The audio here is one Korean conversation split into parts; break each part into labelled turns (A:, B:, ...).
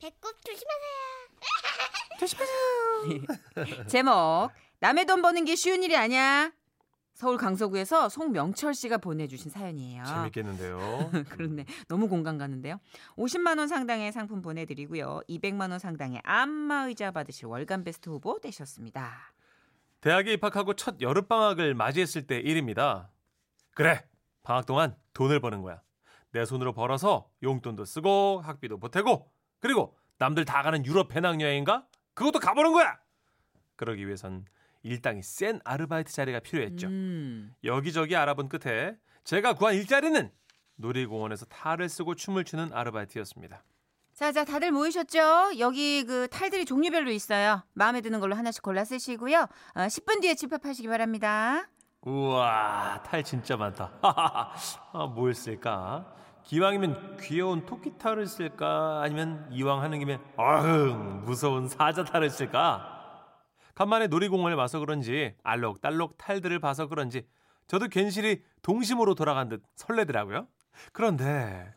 A: 배꼽 조심하세요.
B: 제목 남의 돈 버는 게 쉬운 일이 아니야. 서울 강서구에서 송명철 씨가 보내주신 사연이에요.
C: 재밌겠는데요.
B: 그렇네. 너무 공감 가는데요. 50만 원 상당의 상품 보내드리고요. 200만 원 상당의 안마의자 받으실 월간 베스트 후보 되셨습니다.
C: 대학에 입학하고 첫 여름방학을 맞이했을 때 일입니다. 그래, 방학 동안 돈을 버는 거야. 내 손으로 벌어서 용돈도 쓰고 학비도 보태고 그리고 남들 다 가는 유럽 배낭여행인가? 그것도 가보는 거야! 그러기 위해선 일당이 센 아르바이트 자리가 필요했죠.
B: 음.
C: 여기저기 알아본 끝에 제가 구한 일자리는 놀이공원에서 탈을 쓰고 춤을 추는 아르바이트였습니다.
B: 자, 자, 다들 모이셨죠? 여기 그 탈들이 종류별로 있어요. 마음에 드는 걸로 하나씩 골라 쓰시고요. 어, 10분 뒤에 집합하시기 바랍니다.
C: 우와, 탈 진짜 많다. 아, 뭘 쓸까? 기왕이면 귀여운 토끼 탈을 쓸까? 아니면 이왕 하는 김에 어흥 무서운 사자 탈을 쓸까? 간만에 놀이공원에 와서 그런지 알록달록 탈들을 봐서 그런지 저도 괜시리 동심으로 돌아간 듯 설레더라고요. 그런데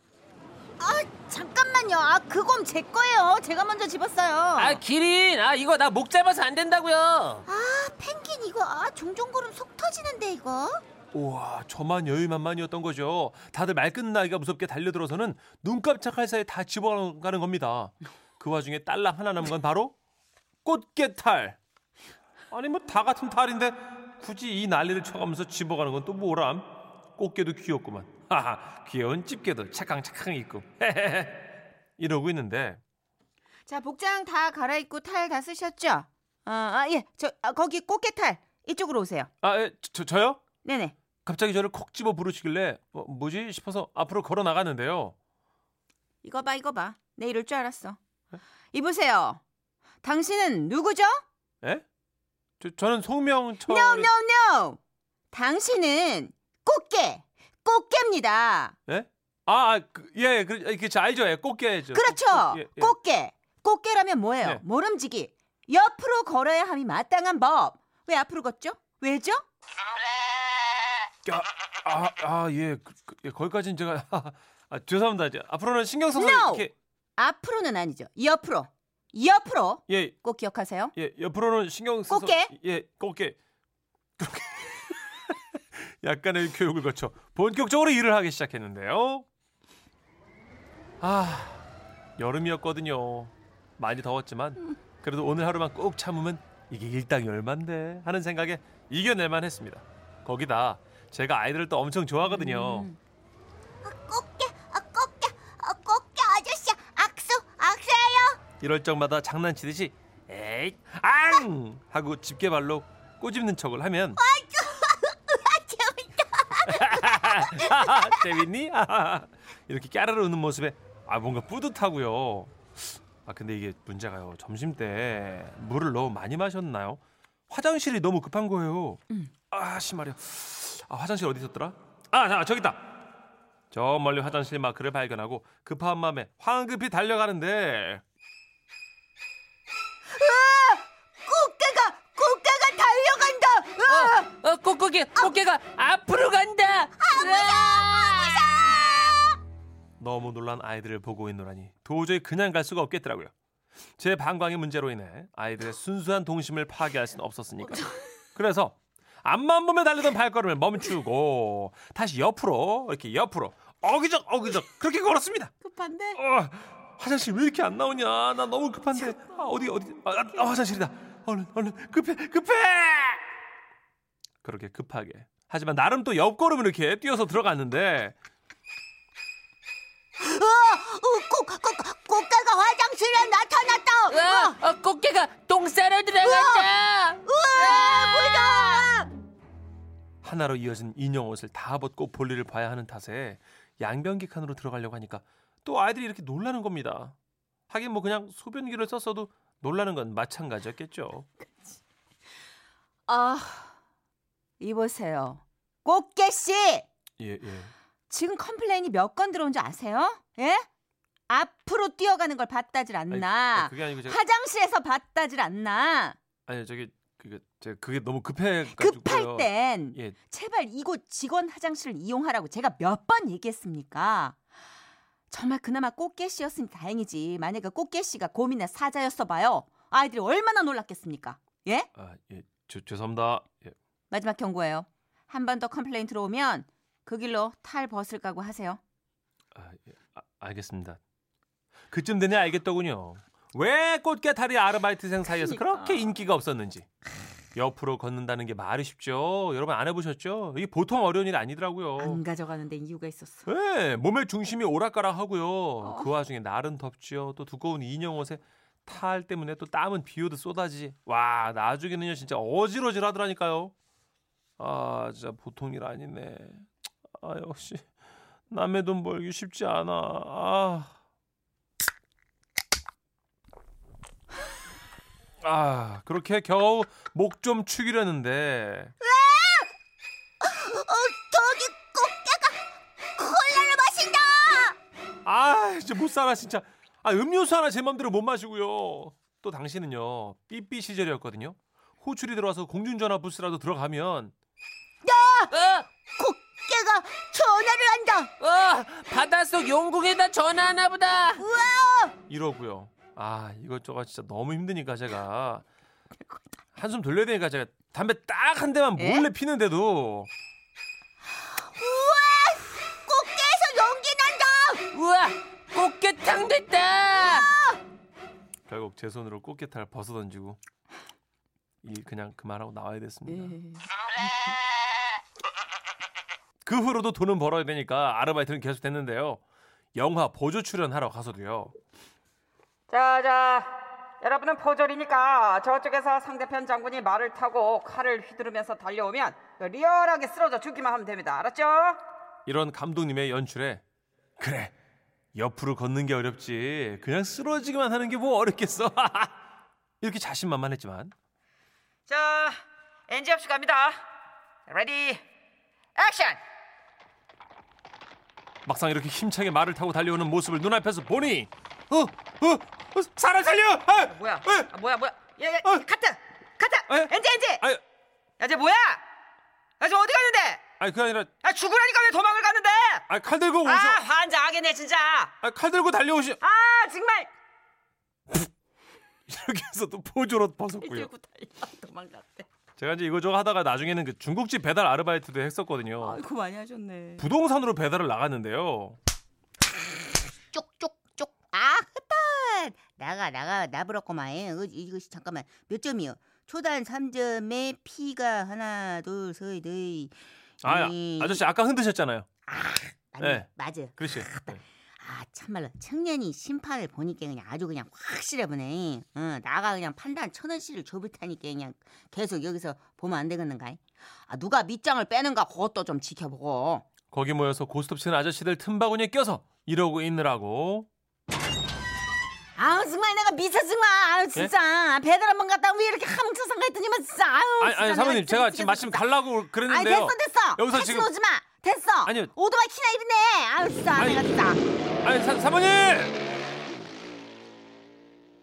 B: 잠깐만요. 아, 그건 제 거예요. 제가 먼저 집었어요.
D: 아 기린 아 이거 나 목 짧아서 안 된다고요
A: 아 펭귄 이거 아 종종 걸음 속 터지는데 이거.
C: 우와 저만 여유만만이었던 거죠. 다들 말끝 나이가 무섭게 달려들어서는 눈 깜짝할 사이 다 집어가는 겁니다. 그 와중에 딸랑 하나 남은 건 바로 꽃게탈. 아니 뭐 다 같은 탈인데 굳이 이 난리를 쳐가면서 집어가는 건 또 뭐람? 꽃게도 귀엽구만. 하하 귀여운 집게도 착강착강 있고. 이러고 있는데
B: 자, 복장 다 갈아입고 탈 다 쓰셨죠? 어, 아, 예. 저, 아, 거기 꽃게 탈. 이쪽으로 오세요.
C: 아 예, 저, 저요?
B: 네네.
C: 갑자기 저를 콕 집어 부르시길래 어, 뭐지 싶어서 앞으로 걸어 나가는데요.
B: 이거 봐, 이거 봐. 내 이럴 줄 알았어.
C: 네?
B: 이보세요. 당신은 누구죠?
C: 어, 에? 저, 저는 송명철.
B: No, no, no. 당신은 꽃게. 꽃게입니다.
C: 예? 아, 아, 그, 예, 그, 그, 저 알죠, 예, 꽃게죠.
B: 그렇죠.
C: 꽃- 예, 예.
B: 꽃게. 꽃게라면 뭐예요?
C: 네.
B: 모름지기. 옆으로 걸어야 함이 마땅한 법. 왜 앞으로 걷죠? 왜죠?
C: 아, 아, 아, 예, 그, 그, 예, 거기까지는 제가 아, 죄송합니다. 이제 앞으로는 신경 써서
B: No!
C: 이렇게
B: 앞으로는 아니죠. 옆으로. 옆으로.
C: 예,
B: 꼭 기억하세요.
C: 예, 옆으로는 신경 써서
B: 꽃게?
C: 예, 꽃게. 그렇게 약간의 교육을 거쳐 본격적으로 일을 하기 시작했는데요. 아, 여름이었거든요. 많이
B: 음.
C: 더웠지만 그래도 오늘 하루만 꾹 참으면 이게 일당이 얼만데 하는 생각에 이겨낼만 했습니다. 거기다 제가 아이들을 또 엄청 좋아하거든요.
B: 음.
A: 아, 꽃게 아 꽃게 아 꽃게 아저씨 악수 악수해요.
C: 이럴 적마다 장난치듯이 에이 앙 하고 집게발로 꼬집는 척을 하면
A: 재밌다.
C: 아하, 재밌니? 아하. 이렇게 깨르르 웃는 모습에 아 뭔가 뿌듯하고요. 아 근데 이게 문제가요. 점심 때 물을 너무 많이 마셨나요? 화장실이 너무 급한 거예요. 아 심하려. 아 화장실 어디 있었더라? 아 자, 저기 있다. 저 멀리 화장실 마크를 발견하고 급한 마음에 황급히 달려가는데
B: 꽃게가 꽃게가 달려간다. 으아!
D: 어 꼬꼬기 꼬깨가 앞으로 간다
B: 아,
C: 너무 놀란 아이들을 보고 있노라니 도저히 그냥 갈 수가 없겠더라고요. 제 방광의 문제로 인해 아이들의 순수한 동심을 파괴할 수는 없었으니까. 그래서 앞만 보며 달리던 발걸음을 멈추고 다시 옆으로 이렇게 옆으로 어기적 어기적 그렇게 걸었습니다.
B: 급한데.
C: 어, 화장실 왜 이렇게 안 나오냐? 나 너무 급한데. 아, 어디 어디? 아, 아, 아, 화장실이다. 얼른 얼른 급해 급해. 그렇게 급하게. 하지만 나름 또 옆걸음을 이렇게 뛰어서 들어갔는데
A: 꽃게가 화장실에 나타났다.
B: 뭐?
D: 어, 어 꼬깨가 똥 싸러 들어간다
C: 하나로 이어진 인형 옷을 다 벗고 볼일을 봐야 하는 탓에 양변기 칸으로 들어가려고 하니까 또 아이들이 이렇게 놀라는 겁니다. 하긴 뭐 그냥 소변기를 썼어도 놀라는 건 마찬가지였겠죠.
B: 아 이보세요. 꽃게 씨
C: 예, 예.
B: 지금 컴플레인이 몇 건 들어온 줄 아세요? 예? 앞으로 뛰어가는 걸 봤다질 않나.
C: 그게 아니고 제가
B: 화장실에서 봤다질 않나.
C: 아니 저기 그게 제가 그게 너무 급해 가지고
B: 급할 땐
C: 예.
B: 제발 이곳 직원 화장실을 이용하라고 제가 몇 번 얘기했습니까? 정말 그나마 꽃게 씨였으니 다행이지. 만약에 꽃게 씨가 곰이나 사자였어 봐요. 아이들이 얼마나 놀랐겠습니까? 예?
C: 아, 예, 죄- 죄송합니다. 예,
B: 마지막 경고예요. 한 번 더 컴플레인 들어오면 그 길로 탈 벗을 까고 하세요.
C: 아, 예, 아, 알겠습니다. 그쯤 되니 알겠더군요. 왜 꽃게탈이 아르바이트생 사이에서 그렇게 인기가 없었는지. 옆으로 걷는다는 게 말이 쉽죠. 여러분 안 해보셨죠? 이게 보통 어려운 일 아니더라고요.
B: 안 가져가는데 이유가 있었어.
C: 네, 몸의 중심이 오락가락하고요. 그 와중에 날은 덥지요. 또 두꺼운 인형 옷에 탈 때문에 또 땀은 비오듯 쏟아지. 와, 나중에는요 진짜 어지러지라더라니까요. 아, 진짜 보통 일 아니네. 아, 역시 남의 돈 벌기 쉽지 않아. 아, 아 그렇게 겨우 목 좀 축이려는데
E: 어, 저기 꽃게가 콜라를 마신다.
C: 아 진짜 못 살아 진짜 아 음료수 하나 제 맘대로 못 마시고요 또 당신은요 삐삐 시절이었거든요 호출이 들어와서 공중전화 부스라도 들어가면
D: 어,
E: 꽃게가 전화를 한다.
D: 어, 바닷속 용궁에다 전화하나 보다.
C: 이러고요 아 이것저것 진짜 너무 힘드니까 제가 한숨 돌려야 되니까 제가 담배 딱 한 대만 몰래 피는데도
E: 꽃게에서 연기 난다.
D: 우와, 꽃게탕 됐다.
C: 결국 제 손으로 꽃게탈 벗어 던지고 일 그냥 그만하고 나와야 됐습니다 그 후로도 돈은 벌어야 되니까 아르바이트는 계속 됐는데요 영화 보조 출연하러 가서도요
F: 자자 여러분은 포졸이니까 저쪽에서 상대편 장군이 말을 타고 칼을 휘두르면서 달려오면 그 리얼하게 쓰러져 죽기만 하면 됩니다 알았죠?
C: 이런 감독님의 연출에 그래 옆으로 걷는 게 어렵지 그냥 쓰러지기만 하는 게 뭐 어렵겠어 이렇게 자신만만했지만
F: 자 NG 없이 갑니다 레디 액션
C: 막상 이렇게 힘차게 말을 타고 달려오는 모습을 눈앞에서 보니 어, 어, 어, 사람 살려! 아,
F: 뭐야
C: 에,
F: 아, 뭐야 뭐야 야야
C: 어.
F: 카트 카트
C: 에?
F: NG NG
C: 아니,
F: 야쟤 뭐야 야쟤 어디 갔는데
C: 아니 그게 아니라
F: 야 죽으라니까 왜 도망을 갔는데
C: 아니, 칼 들고
B: 어,
C: 오셔
F: 아 환장하겠네 진짜
C: 아, 칼 들고 달려오시
F: 아 정말
C: 이렇게 해서 또 포조로 벗었고요
B: 들고 달려 도망갔대.
C: 제가 이제 이거저거 하다가 나중에는 그 중국집 배달 아르바이트도 했었거든요
B: 아이고 많이 하셨네.
C: 부동산으로 배달을 나갔는데요
E: 쪽쪽쪽. 아, 흩단. 나가 나가 나부럽고만. 예, 어, 이거 잠깐만. 몇 점이요? 초단 3점에 피가 하나, 둘, 셋, 넷.
C: 아,
B: 음.
E: 이-
C: 아저씨 아까 흔드셨잖아요
E: 맞네.
C: 네.
E: 맞아.
C: 그렇지 네.
E: 아, 참말로 청년이 심판을 보니까 그냥 아주 그냥 확실해 보네. 어, 나가 그냥 판단 천 원씩을 줘볼 테니까 그냥 계속 여기서 보면 안 되겠는가? 아, 누가 밑장을 빼는가 그것도 좀 지켜보고.
C: 거기 모여서 고스톱 치는 아저씨들 틈바구니에 껴서 이러고 있느라고
B: 아우 정말 내가 미쳐 정말. 아우 진짜 배달 한 번 갔다 왜 이렇게 함흥쳐 상가했더니만 뭐 진짜. 아우
C: 예? 아니 아니
B: 진짜 내가
C: 사모님 제가
B: 미치겠어,
C: 지금 마침
B: 진짜.
C: 갈라고
B: 아니
C: 그랬는데요
B: 됐어 됐어.
C: 여기서
B: 여기서 지금
C: 지금-
B: 오지 마. 됐어.
C: 아니요.
B: 오토바이 키나 이리네. 아우 진짜
C: 아니-
B: 내가 진짜.
C: 아니 사, 사모님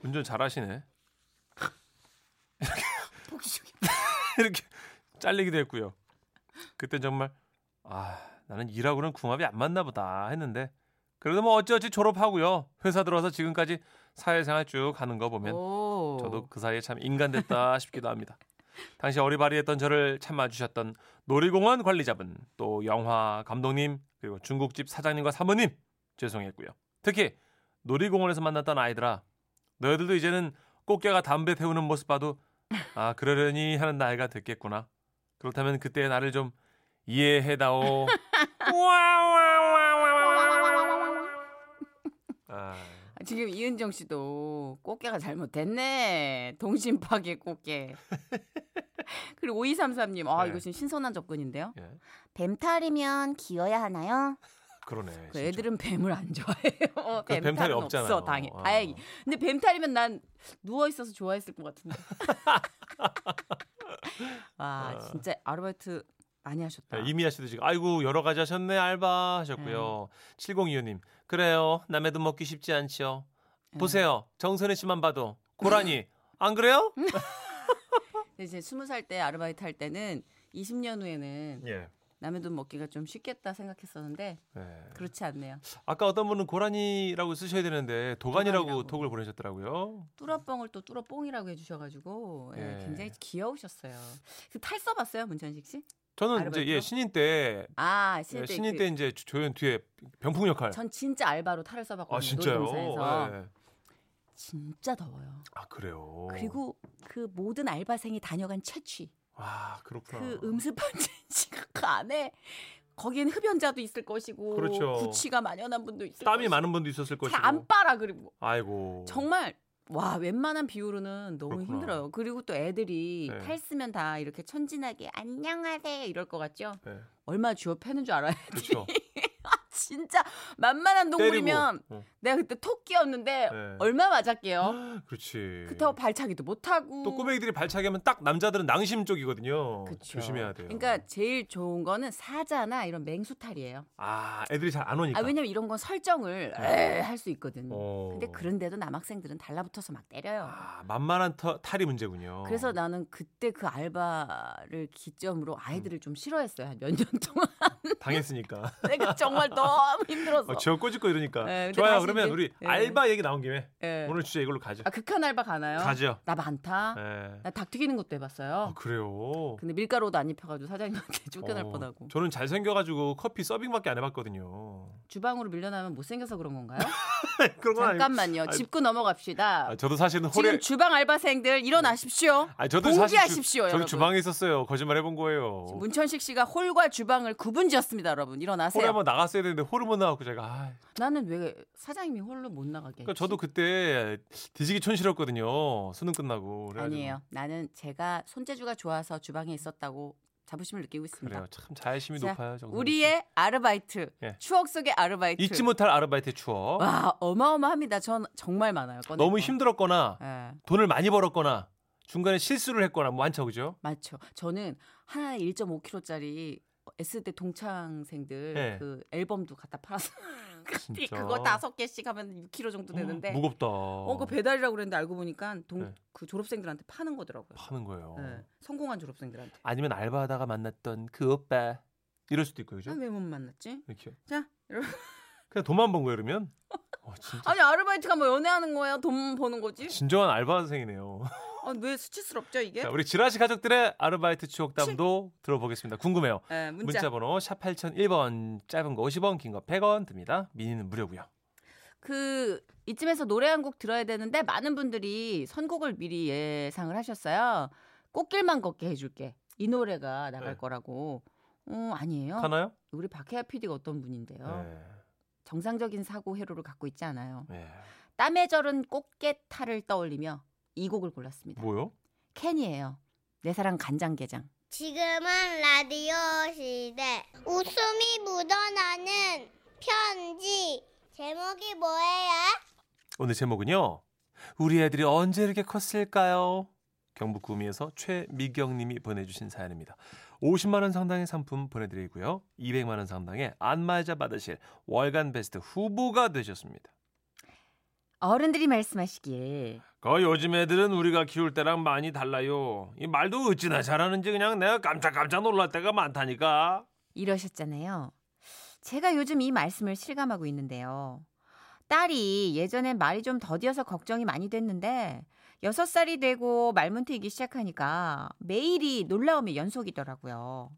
C: 운전 잘하시네 이렇게 이렇게 잘리기도 했고요 그때 정말 아 나는 일하고는 궁합이 안 맞나 보다 했는데 그래도 뭐 어찌어찌 졸업하고요 회사 들어와서 지금까지 사회생활 쭉 하는 거 보면
B: 오.
C: 저도 그 사이에 참 인간됐다 싶기도 합니다. 당시 어리바리했던 저를 참아주셨던 놀이공원 관리자분, 또 영화 감독님, 그리고 중국집 사장님과 사모님 죄송했고요. 특히 놀이공원에서 만났던 아이들아, 너희들도 이제는 꽃게가 담배 태우는 모습 봐도 아 그러려니 하는 나이가 됐겠구나. 그렇다면 그때의 나를 좀 이해해다오. 아,
B: 지금 이은정 씨도 꽃게가 잘못됐네. 동심 파괴 꽃게. 그리고 5233님, 아
C: 네.
B: 이거 지금 신선한 접근인데요.
C: 예,
E: 뱀탈이면 기어야 하나요?
C: 그러네.
B: 그
C: 진짜. 그
B: 애들은 뱀을 안 좋아해요. 어,
C: 뱀탈이
B: 뱀탈은
C: 없잖아요.
B: 없어, 당연,
C: 어.
B: 다행히. 근데 뱀탈이면 난 누워 있어서 좋아했을 것 같은데. 와 아, 진짜 아르바이트 많이 하셨다.
C: 어. 네, 이미아 씨도 지금 아이고 여러 가지 하셨네 알바 하셨고요.
B: 음.
C: 7025님 그래요 남의 돈 먹기 쉽지 않죠.
B: 음.
C: 보세요 정선혜 씨만 봐도 고라니 안 그래요?
B: 음. 근데 이제 스무 살 때 아르바이트 할 때는 20년 후에는
C: 예.
B: 남의 돈 먹기가 좀 쉽겠다 생각했었는데
C: 네.
B: 그렇지 않네요.
C: 아까 어떤 분은 고라니라고 쓰셔야 되는데 도가니라고
B: 도가니라고.
C: 톡을 보내셨더라고요.
B: 뚜라뻥을 또 뚜라뽕이라고 해주셔가지고 예,
C: 예.
B: 굉장히 귀여우셨어요. 그탈 써봤어요 문천식 씨?
C: 저는 이제 예,
B: 아르바이트요?
C: 신인 때
B: 아
C: 예,
B: 신입 때
C: 신인
B: 그-
C: 때 이제 조- 조연 뒤에 병풍 역할.
B: 전 진짜 알바로 탈을 써봤거든요.
C: 아 진짜요?
B: 놀이동산에서
C: 예.
B: 진짜 더워요.
C: 아 그래요.
B: 그리고 그 모든 알바생이 다녀간 채취
C: 아 그렇구나.
B: 그 음습한 채취 그 안에 거기엔 흡연자도 있을 것이고
C: 그렇죠.
B: 구취가 만연한 분도 있을
C: 땀이
B: 것이고
C: 많은 분도 있었을 것이고.
B: 잘 안 빨아 그리고
C: 아이고.
B: 정말 와 웬만한 비율로는 너무
C: 그렇구나.
B: 힘들어요. 그리고 또 애들이
C: 네.
B: 탈 쓰면 다 이렇게 천진하게 안녕하세요 이럴 것 같죠?
C: 네.
B: 얼마 주어 패는 줄 알아요.
C: 그렇죠.
B: 진짜 만만한 동물이면
C: 때리고. 어,
B: 내가 그때 토끼였는데
C: 네.
B: 얼마 맞았게요.
C: 그렇지.
B: 그렇다고 발차기도 못하고.
C: 또 꼬맹이들이 발차기 하면 딱 남자들은 낭심 쪽이거든요.
B: 그쵸.
C: 뭐 조심해야 돼요.
B: 그러니까 제일 좋은 거는 사자나 이런 맹수탈이에요.
C: 아 애들이 잘 안 오니까.
B: 아 왜냐면 이런 건 설정을 할 수 있거든요.
C: 어.
B: 근데 그런데도 남학생들은 달라붙어서 막 때려요.
C: 아, 만만한 터, 탈이 문제군요.
B: 그래서 나는 그때 그 알바를 기점으로
C: 음.
B: 아이들을 좀 싫어했어요. 한 몇 년 동안
C: 당했으니까.
B: 내가 정말 너무 힘들었어.
C: 어, 지어 꼬집고 이러니까.
B: 네, 근데
C: 좋아요.
B: 다시
C: 그러면
B: 이제-
C: 우리
B: 네.
C: 알바 얘기 나온 김에
B: 예.
C: 오늘 주제 이걸로 가죠.
B: 아 극한 알바 가나요?
C: 가죠.
B: 나 많다.
C: 예.
B: 나 닭 튀기는 것도 해봤어요.
C: 아, 그래요.
B: 근데 밀가루도 안 입혀가지고 사장님한테 쫓겨날
C: 어,
B: 뻔하고
C: 저는 잘생겨가지고 커피 서빙밖에 안 해봤거든요.
B: 주방으로 밀려나면 못생겨서 그런 건가요?
C: 그런 건 아니-
B: 잠깐만요.
C: 아니-
B: 짚고 넘어갑시다.
C: 아, 저도 사실은
B: 지금
C: 홀에.
B: 주방 알바생들 일어나십시오.
C: 아, 저도
B: 공개하십시오,
C: 사실 주, 저도
B: 여러분.
C: 주방에 있었어요. 거짓말 해본 거예요.
B: 지금 문천식 씨가 홀과 주방을 구분지었습니다, 여러분.
C: 홀에
B: 일어나세요.
C: 한번 나갔어야 되는데 홀을 못 나갔고 제가 아,
B: 나는 왜 사장님이 홀로 못 나가게?
C: 그러니까 저도 그때 뒤지기 촌스럽거든요. 수능 끝나고. 그래가지고.
B: 아니에요. 나는 제가 손재주가 좋아서 주방에 있었다고 자부심을 느끼고 있습니다.
C: 그래요. 참 자애심이
B: 자,
C: 높아요. 정선우 씨.
B: 우리의 아르바이트,
C: 예.
B: 추억 속의 아르바이트.
C: 잊지 못할 아르바이트의 추억.
B: 와 네. 어마어마합니다. 전 정말 많아요. 꺼낼
C: 어? 너무
B: 거.
C: 힘들었거나
B: 예,
C: 돈을 많이 벌었거나 중간에 실수를 했거나 뭐 많죠, 그죠?
B: 맞죠. 저는 하나에 1.5kg짜리 S대 동창생들
C: 예.
B: 그 앨범도 갖다 팔아서
C: 진짜. 뭐-
B: 그거 다섯 개씩 하면 6kg 정도 되는데
C: 무겁다.
B: 어, 그 배달이라고 그랬는데 알고 보니까 동,
C: 네.
B: 그 졸업생들한테 파는 거더라고요.
C: 파는 거예요.
B: 예, 성공한 졸업생들한테.
C: 아니면 알바하다가 만났던 그 오빠 이럴 수도 있고 그죠?
B: 난 아, 왜 못 만났지?
C: 이렇게
B: 자, 여러분.
C: 그냥 돈만 번 거예요, 그러면. 어, 진짜
B: 아니 아르바이트가 뭐 연애하는 거예요? 돈 버는 거지?
C: 진정한 알바생이네요.
B: 아, 왜 수치스럽죠 이게?
C: 자, 우리 지라시 가족들의 아르바이트 추억담도 들어보겠습니다. 궁금해요.
B: 예, 문자.
C: 문자 번호 샵 8001번 짧은 거 50원, 긴 거 100원 듭니다. 미니는 무료고요.
B: 그 이쯤에서 노래 한 곡 들어야 되는데 많은 분들이 선곡을 미리 예상을 하셨어요. 꽃길만 걷게 해줄게. 이 노래가 나갈
C: 네.
B: 거라고. 어 아니에요.
C: 하나요?
B: 우리 박혜아 PD가 어떤 분인데요.
C: 네.
B: 정상적인 사고 회로를 갖고 있지 않아요.
C: 네.
B: 땀에 절은 꽃게탈을 떠올리며 이 곡을 골랐습니다.
C: 뭐요?
B: 캔이에요. 내 사랑 간장게장.
A: 지금은 라디오 시대. 웃음이 묻어나는 편지. 제목이 뭐예요?
C: 오늘 제목은요. 우리 애들이 언제 이렇게 컸을까요? 경북 구미에서 최미경 님이 보내주신 사연입니다. 50만 원 상당의 상품 보내드리고요. 200만 원 상당의 안마의자 받으실 월간 베스트 후보가 되셨습니다.
B: 어른들이 말씀하시길
C: 그 요즘 애들은 우리가 키울 때랑 많이 달라요. 이 말도 어찌나 잘하는지 그냥 내가 깜짝깜짝 놀랄 때가 많다니까.
B: 이러셨잖아요. 제가 요즘 이 말씀을 실감하고 있는데요. 딸이 예전엔 말이 좀 더디어서 걱정이 많이 됐는데 6살이 되고 말문트이기 시작하니까 매일이 놀라움의 연속이더라고요.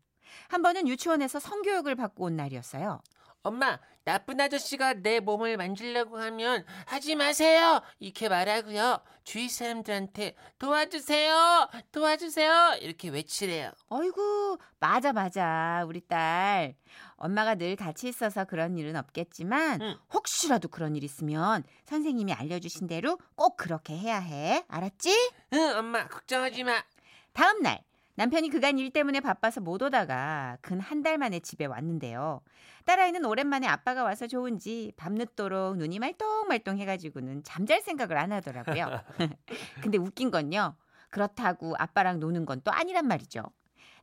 B: 한 번은 유치원에서 성교육을 받고 온 날이었어요.
D: 엄마, 나쁜 아저씨가 내 몸을 만지려고 하면 하지 마세요. 이렇게 말하고요. 주위 사람들한테 도와주세요. 도와주세요. 이렇게 외치래요.
B: 어이구, 맞아, 맞아. 우리 딸. 엄마가 늘 같이 있어서 그런 일은 없겠지만,
D: 응.
B: 혹시라도 그런 일 있으면 선생님이 알려주신 대로 꼭 그렇게 해야 해. 알았지?
D: 응, 엄마, 걱정하지 마.
B: 다음날, 남편이 그간 일 때문에 바빠서 못 오다가 근 한 달 만에 집에 왔는데요. 딸아이는 오랜만에 아빠가 와서 좋은지 밤늦도록 눈이 말똥말똥 해가지고는 잠잘 생각을 안 하더라고요. 근데 웃긴 건요. 그렇다고 아빠랑 노는 건 또 아니란 말이죠.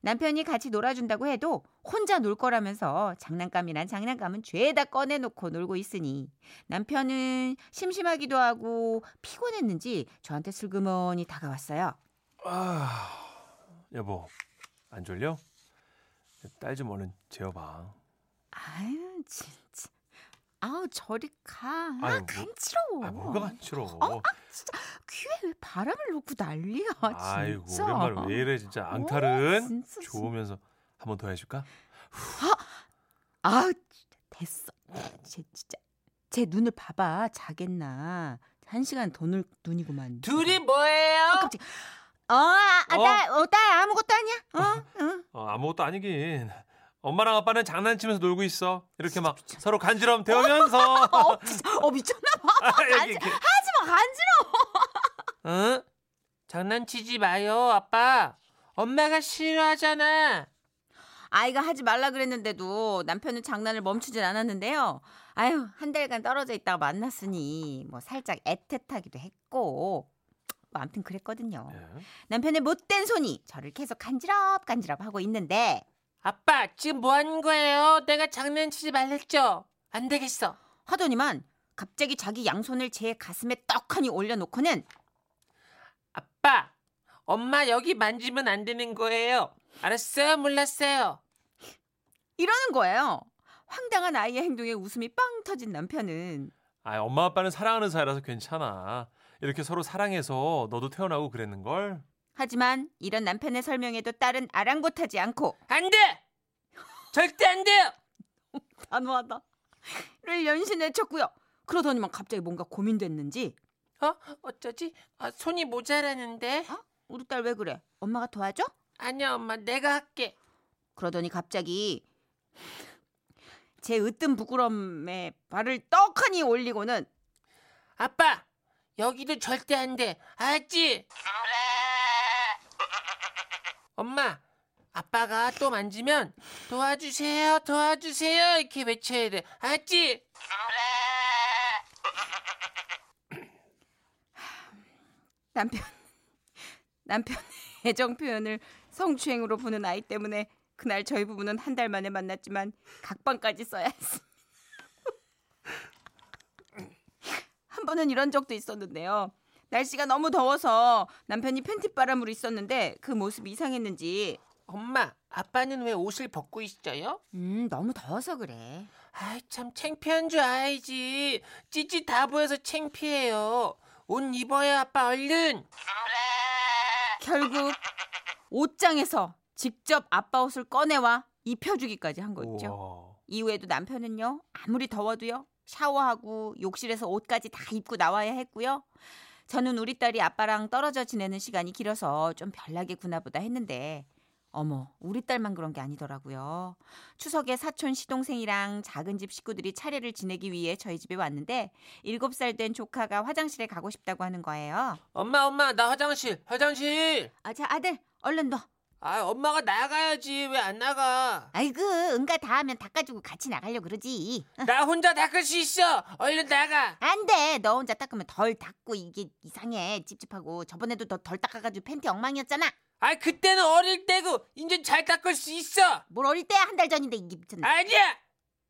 B: 남편이 같이 놀아준다고 해도 혼자 놀 거라면서 장난감이란 장난감은 죄다 꺼내놓고 놀고 있으니 남편은 심심하기도 하고 피곤했는지 저한테 슬그머니 다가왔어요.
C: 아, 여보, 안 졸려? 딸 좀 얼른 재워봐.
B: 아유 진짜. 아우 저리 가. 아
C: 아유, 뭐-
B: 간지러워.
C: 아 뭐가 간지러?
B: 귀에 왜 바람을 넣고 난리야 진짜. 어,
C: 아이고 오랜만에 왜 이래 진짜 앙탈은
B: 진짜,
C: 좋으면서 한 번 더 해줄까?
B: 아 됐어. 쟤 진짜 쟤 눈을 봐봐 자겠나 한 시간 더 놀, 눈이구만. 어,
D: 둘이 뭐예요?
B: 아, 어나어나 아무것도 아니야. 어 응.
C: 어, 아무것도 아니긴. 엄마랑 아빠는 장난치면서 놀고 있어. 이렇게 막 서로 간지럼 되면서.
B: 어, 진짜. 어 미쳤나 봐.
C: 이렇게, 이렇게.
B: 하지마 간지러.
D: 응? 장난치지 마요, 아빠. 엄마가 싫어하잖아.
B: 아이가 하지 말라 그랬는데도 남편은 장난을 멈추질 않았는데요. 아유 한 달간 떨어져 있다가 만났으니 뭐 살짝 애틋하기도 했고 뭐 아무튼 그랬거든요.
C: 예.
B: 남편의 못된 손이 저를 계속 간지럽 간지럽 하고 있는데
D: 아빠, 지금 뭐 하는 거예요? 내가 장난치지 말랬죠? 안 되겠어.
B: 하더니만 갑자기 자기 양손을 제 가슴에 떡하니 올려놓고는
D: 아빠, 엄마 여기 만지면 안 되는 거예요. 알았어요, 몰랐어요.
B: 이러는 거예요. 황당한 아이의 행동에 웃음이 빵 터진 남편은
C: 아 엄마 아빠는 사랑하는 사이라서 괜찮아. 이렇게 서로 사랑해서 너도 태어나고 그랬는 걸.
B: 하지만 이런 남편의 설명에도 딸은 아랑곳하지 않고
D: 안 돼! 절대 안 돼요!
B: 단호하다를 연신해쳤고요. 그러더니만 갑자기 뭔가 고민됐는지
D: 어? 어쩌지? 아, 손이 모자라는데?
B: 우리 딸 왜 그래? 엄마가 도와줘?
D: 아니야, 엄마, 내가 할게.
B: 그러더니 갑자기 제 으뜸 부끄럼에 발을 떡하니 올리고는
D: 아빠, 여기도 절대 안 돼. 알았지? 엄마, 아빠가 또 만지면 도와주세요, 도와주세요 이렇게 외쳐야 돼. 알았지?
B: 남편 남편의 애정 표현을 성추행으로 보는 아이 때문에 그날 저희 부부는 한 달 만에 만났지만 각방까지 써야 했습니다. 한 번은 이런 적도 있었는데요. 날씨가 너무 더워서 남편이 팬티바람으로 있었는데 그 모습이 이상했는지
D: 엄마, 아빠는 왜 옷을 벗고 있어요?
B: 음 너무 더워서 그래.
D: 아이 참 창피한 줄 알지. 찌찌 다 보여서 창피해요. 옷 입어요, 아빠 얼른.
B: 결국 옷장에서 직접 아빠 옷을 꺼내와 입혀주기까지 한 거죠.
C: 우와.
B: 이후에도 남편은요 아무리 더워도요 샤워하고 욕실에서 옷까지 다 입고 나와야 했고요 저는 우리 딸이 아빠랑 떨어져 지내는 시간이 길어서 좀 별나게구나 보다 했는데 어머 우리 딸만 그런 게 아니더라고요 추석에 사촌 시동생이랑 작은 집 식구들이 차례를 지내기 위해 저희 집에 왔는데 일곱 살 된 조카가 화장실에 가고 싶다고 하는 거예요
D: 엄마, 엄마, 나 화장실, 화장실.
B: 아자 아들 얼른 너
D: 아, 엄마가 나가야지. 왜 안 나가?
B: 아이고 응가 다 하면 닦아주고 같이 나가려고 그러지
D: 나 혼자 닦을 수 있어. 얼른 나가.
B: 안 돼. 너 혼자 닦으면 덜 닦고 이게 이상해. 찝찝하고 저번에도 너 덜 닦아가지고 팬티 엉망이었잖아.
D: 아, 그때는 어릴 때고 이제 잘 닦을 수 있어.
B: 뭘 어릴 때야 한 달 전인데 이게 미쳤나?
D: 아니야.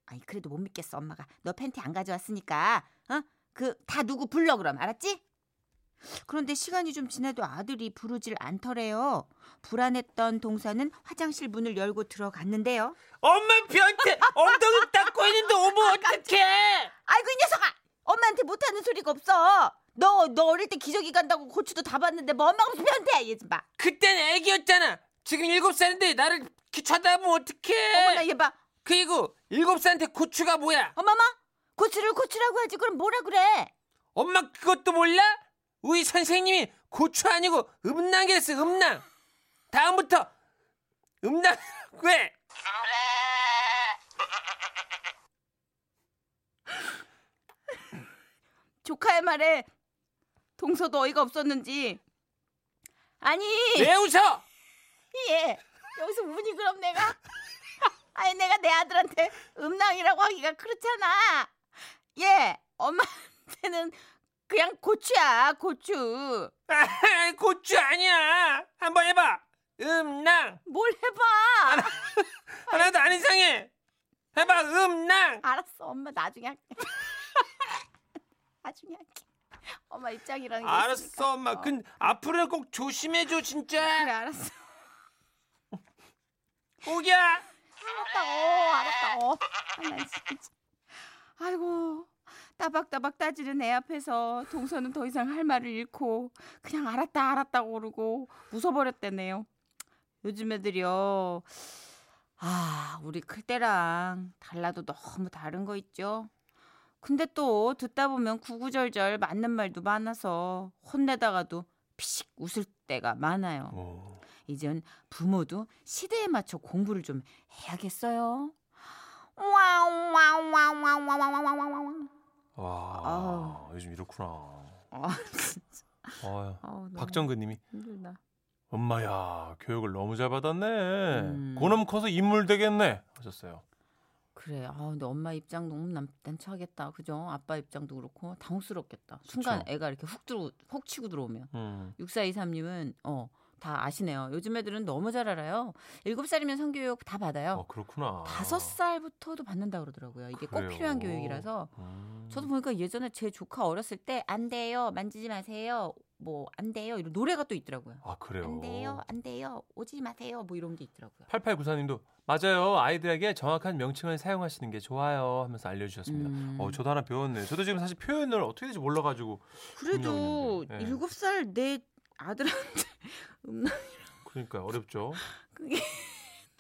B: 아니 그래도 못 믿겠어 엄마가. 너 팬티 안 가져왔으니까 어그 다 누구 불러 그럼 알았지? 그런데 시간이 좀 지나도 아들이 부르질 않더래요. 불안했던 동서는 화장실 문을 열고 들어갔는데요.
D: 엄마 변태. 엉덩이 닦고 있는데 오면 어떡해?
B: 아이고 이 녀석아! 엄마한테 못하는 소리가 없어. 너 너 어릴 때 기저귀 간다고 고추도 다 봤는데 뭐 엄마가 무슨 변태야 얘좀 봐.
D: 그때는 애기였잖아. 지금 일곱 살인데 나를 귀 쳐다보면
B: 어머나
D: 어떡해?
B: 얘 봐.
D: 그리고 일곱 살한테 고추가 뭐야?
B: 어머머 고추를 고추라고 하지 그럼 뭐라 그래
D: 엄마 그것도 몰라? 우리 선생님이 고추 아니고 음낭이랬어 음낭 다음부터 음낭 왜?
B: 조카의 말에 동서도 어이가 없었는지 아니
D: 왜 웃어?
B: 얘 여기서 우니 그럼 내가 아니 내가 내 아들한테 음낭이라고 하기가 그렇잖아 얘 엄마한테는 그냥 고추야 고추
D: 아, 고추 아니야 한번 해봐 음낭
B: 뭘 해봐
D: 하나도 안 이상해 해봐 음낭
B: 알았어 엄마 나중에 할게 나중에 할게 엄마 입장이라는 게 있으니까.
D: 알았어 엄마
B: 어.
D: 근 앞으로 꼭 조심해줘
B: 아, 그래
D: 진짜
B: 알았어
D: 꼭이야
B: 알았다. 어, 알았다. 어. 아, 난 진짜. 아이고. 따박따박 따지는 애 앞에서 동서는 더 이상 할 말을 잃고 그냥 알았다 알았다 오르고 웃어버렸다네요. 요즘 애들이요. 아, 우리 클 때랑 달라도 너무 다른 거 있죠. 근데 또 듣다 보면 구구절절 맞는 말도 많아서 혼내다가도 피식 웃을 때가 많아요.
C: 어.
B: 이젠 부모도 시대에 맞춰 공부를 좀 해야겠어요. 와우, 와우, 와우, 와우, 와우, 와우, 와우, 와우.
C: 와,
B: 아우.
C: 요즘 이렇구나.
B: 아, 진짜.
C: 아유,
B: 아우, 너무
C: 박정근님이
B: 힘들다.
C: 엄마야 교육을 너무 잘 받았네.
B: 음.
C: 고놈 커서 인물 되겠네 하셨어요.
B: 그래. 아, 근데 엄마 입장 너무 남, 난처하겠다. 그죠? 아빠 입장도 그렇고 당혹스럽겠다. 순간
C: 그쵸.
B: 애가 이렇게 훅 들어 훅 치고 들어오면.
C: 음.
B: 6423님은 어, 다 아시네요. 요즘 애들은 너무 잘 알아요. 7살이면 성교육 다 받아요.
C: 어 그렇구나.
B: 다섯 살부터도 받는다 그러더라고요. 이게
C: 그래요?
B: 꼭 필요한 교육이라서
C: 음.
B: 저도 보니까 예전에 제 조카 어렸을 때 안 돼요. 만지지 마세요. 뭐 안 돼요. 이런 노래가 또 있더라고요.
C: 아 그래요.
B: 안 돼요. 안 돼요. 오지 마세요. 뭐 이런 게 있더라고요.
C: 8894님도 맞아요. 아이들에게 정확한 명칭을 사용하시는 게 좋아요 하면서 알려주셨습니다.
B: 음.
C: 어, 저도 하나 배웠네요. 저도 지금 사실 표현을 어떻게 될지 몰라가지고
B: 그래도
C: 분명히 있는데. 예.
B: 일곱 살 내 아들한테 음,
C: 그러니까 어렵죠.
B: 그게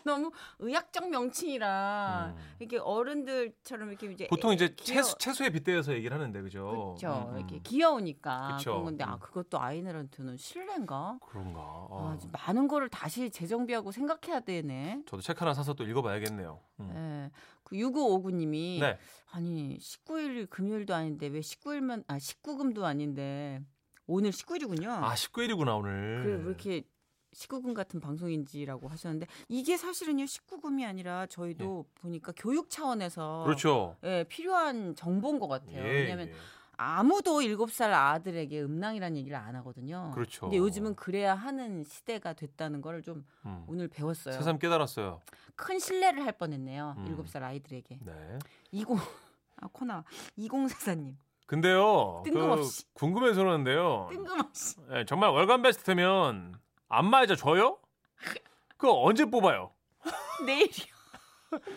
B: 너무 의학적 명칭이라
C: 음.
B: 이렇게 어른들처럼 이렇게 아, 예, 이제
C: 보통 이제
B: 귀여-
C: 채수, 채수에 빗대어서 얘기를 하는데 그죠?
B: 그렇죠.
C: 음, 음.
B: 이렇게 귀여우니까
C: 그쵸.
B: 그런 건데 아
C: 음.
B: 그것도 아이들한테는 실례인가?
C: 그런가. 어.
B: 아, 많은 거를 다시 재정비하고 생각해야 되네.
C: 저도 책 하나 사서 또 읽어봐야겠네요. 음.
B: 예. 그 6959님이
C: 네.
B: 아니 19일 금요일도 아닌데 왜 19일만 아 19금도 아닌데 오늘 19일이군요.
C: 아 19일이구나 오늘.
B: 그래 왜 이렇게 19금 같은 방송인지라고 하셨는데 이게 사실은요 19금이 아니라 저희도 보니까 교육 차원에서
C: 네. 그렇죠.
B: 예, 필요한 정보인 것 같아요.
C: 예,
B: 왜냐하면
C: 예.
B: 아무도 7살 아들에게 음낭이라는 얘기를 안 하거든요.
C: 그렇죠.
B: 근데 요즘은 그래야 하는 시대가 됐다는 걸 좀
C: 음.
B: 오늘 배웠어요.
C: 새삼 깨달았어요.
B: 큰 신뢰를 할 뻔했네요.
C: 음.
B: 7살 아이들에게.
C: 네.
B: 20 아, 코나 2044님.
C: 근데요.
B: 뜬금없이.
C: 그 궁금해서 그러는데요.
B: 뜬금없이.
C: 예, 정말 월간 베스트면 안마의자 줘요? 그거 언제 뽑아요?
B: 내일이요.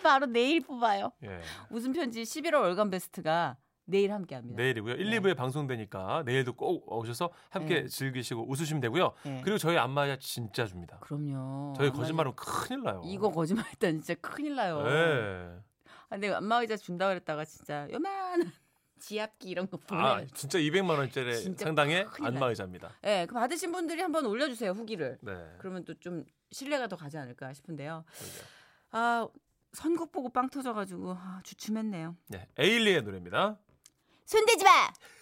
B: 바로 내일 뽑아요.
C: 예.
B: 웃음 편지 11월 월간 베스트가 내일 함께 합니다.
C: 내일이고요. 1, 2부에 방송되니까 내일도 꼭 오셔서 함께
B: 네.
C: 즐기시고 웃으시면 되고요.
B: 네.
C: 그리고 저희 안마의자 진짜 줍니다.
B: 그럼요.
C: 저희
B: 안마 의자-
C: 거짓말은 큰일 나요.
B: 이거 거짓말했다 진짜 큰일 나요.
C: 예.
B: 아, 근데 안마의자 준다 그랬다가 진짜 요만한 지압기 이런 거
C: 아,
B: 보내.
C: 진짜 200만 원짜리
B: 진짜
C: 상당의
B: 큰일 나요.
C: 안마의자입니다.
B: 예, 그 받으신 분들이 한번 올려주세요 후기를.
C: 네.
B: 그러면 또 좀 신뢰가 더 가지 않을까 싶은데요.
C: 그러게요.
B: 아 선곡 보고 빵 터져가지고 아, 주춤했네요.
C: 네. 에일리의 노래입니다.
B: 손대지 마.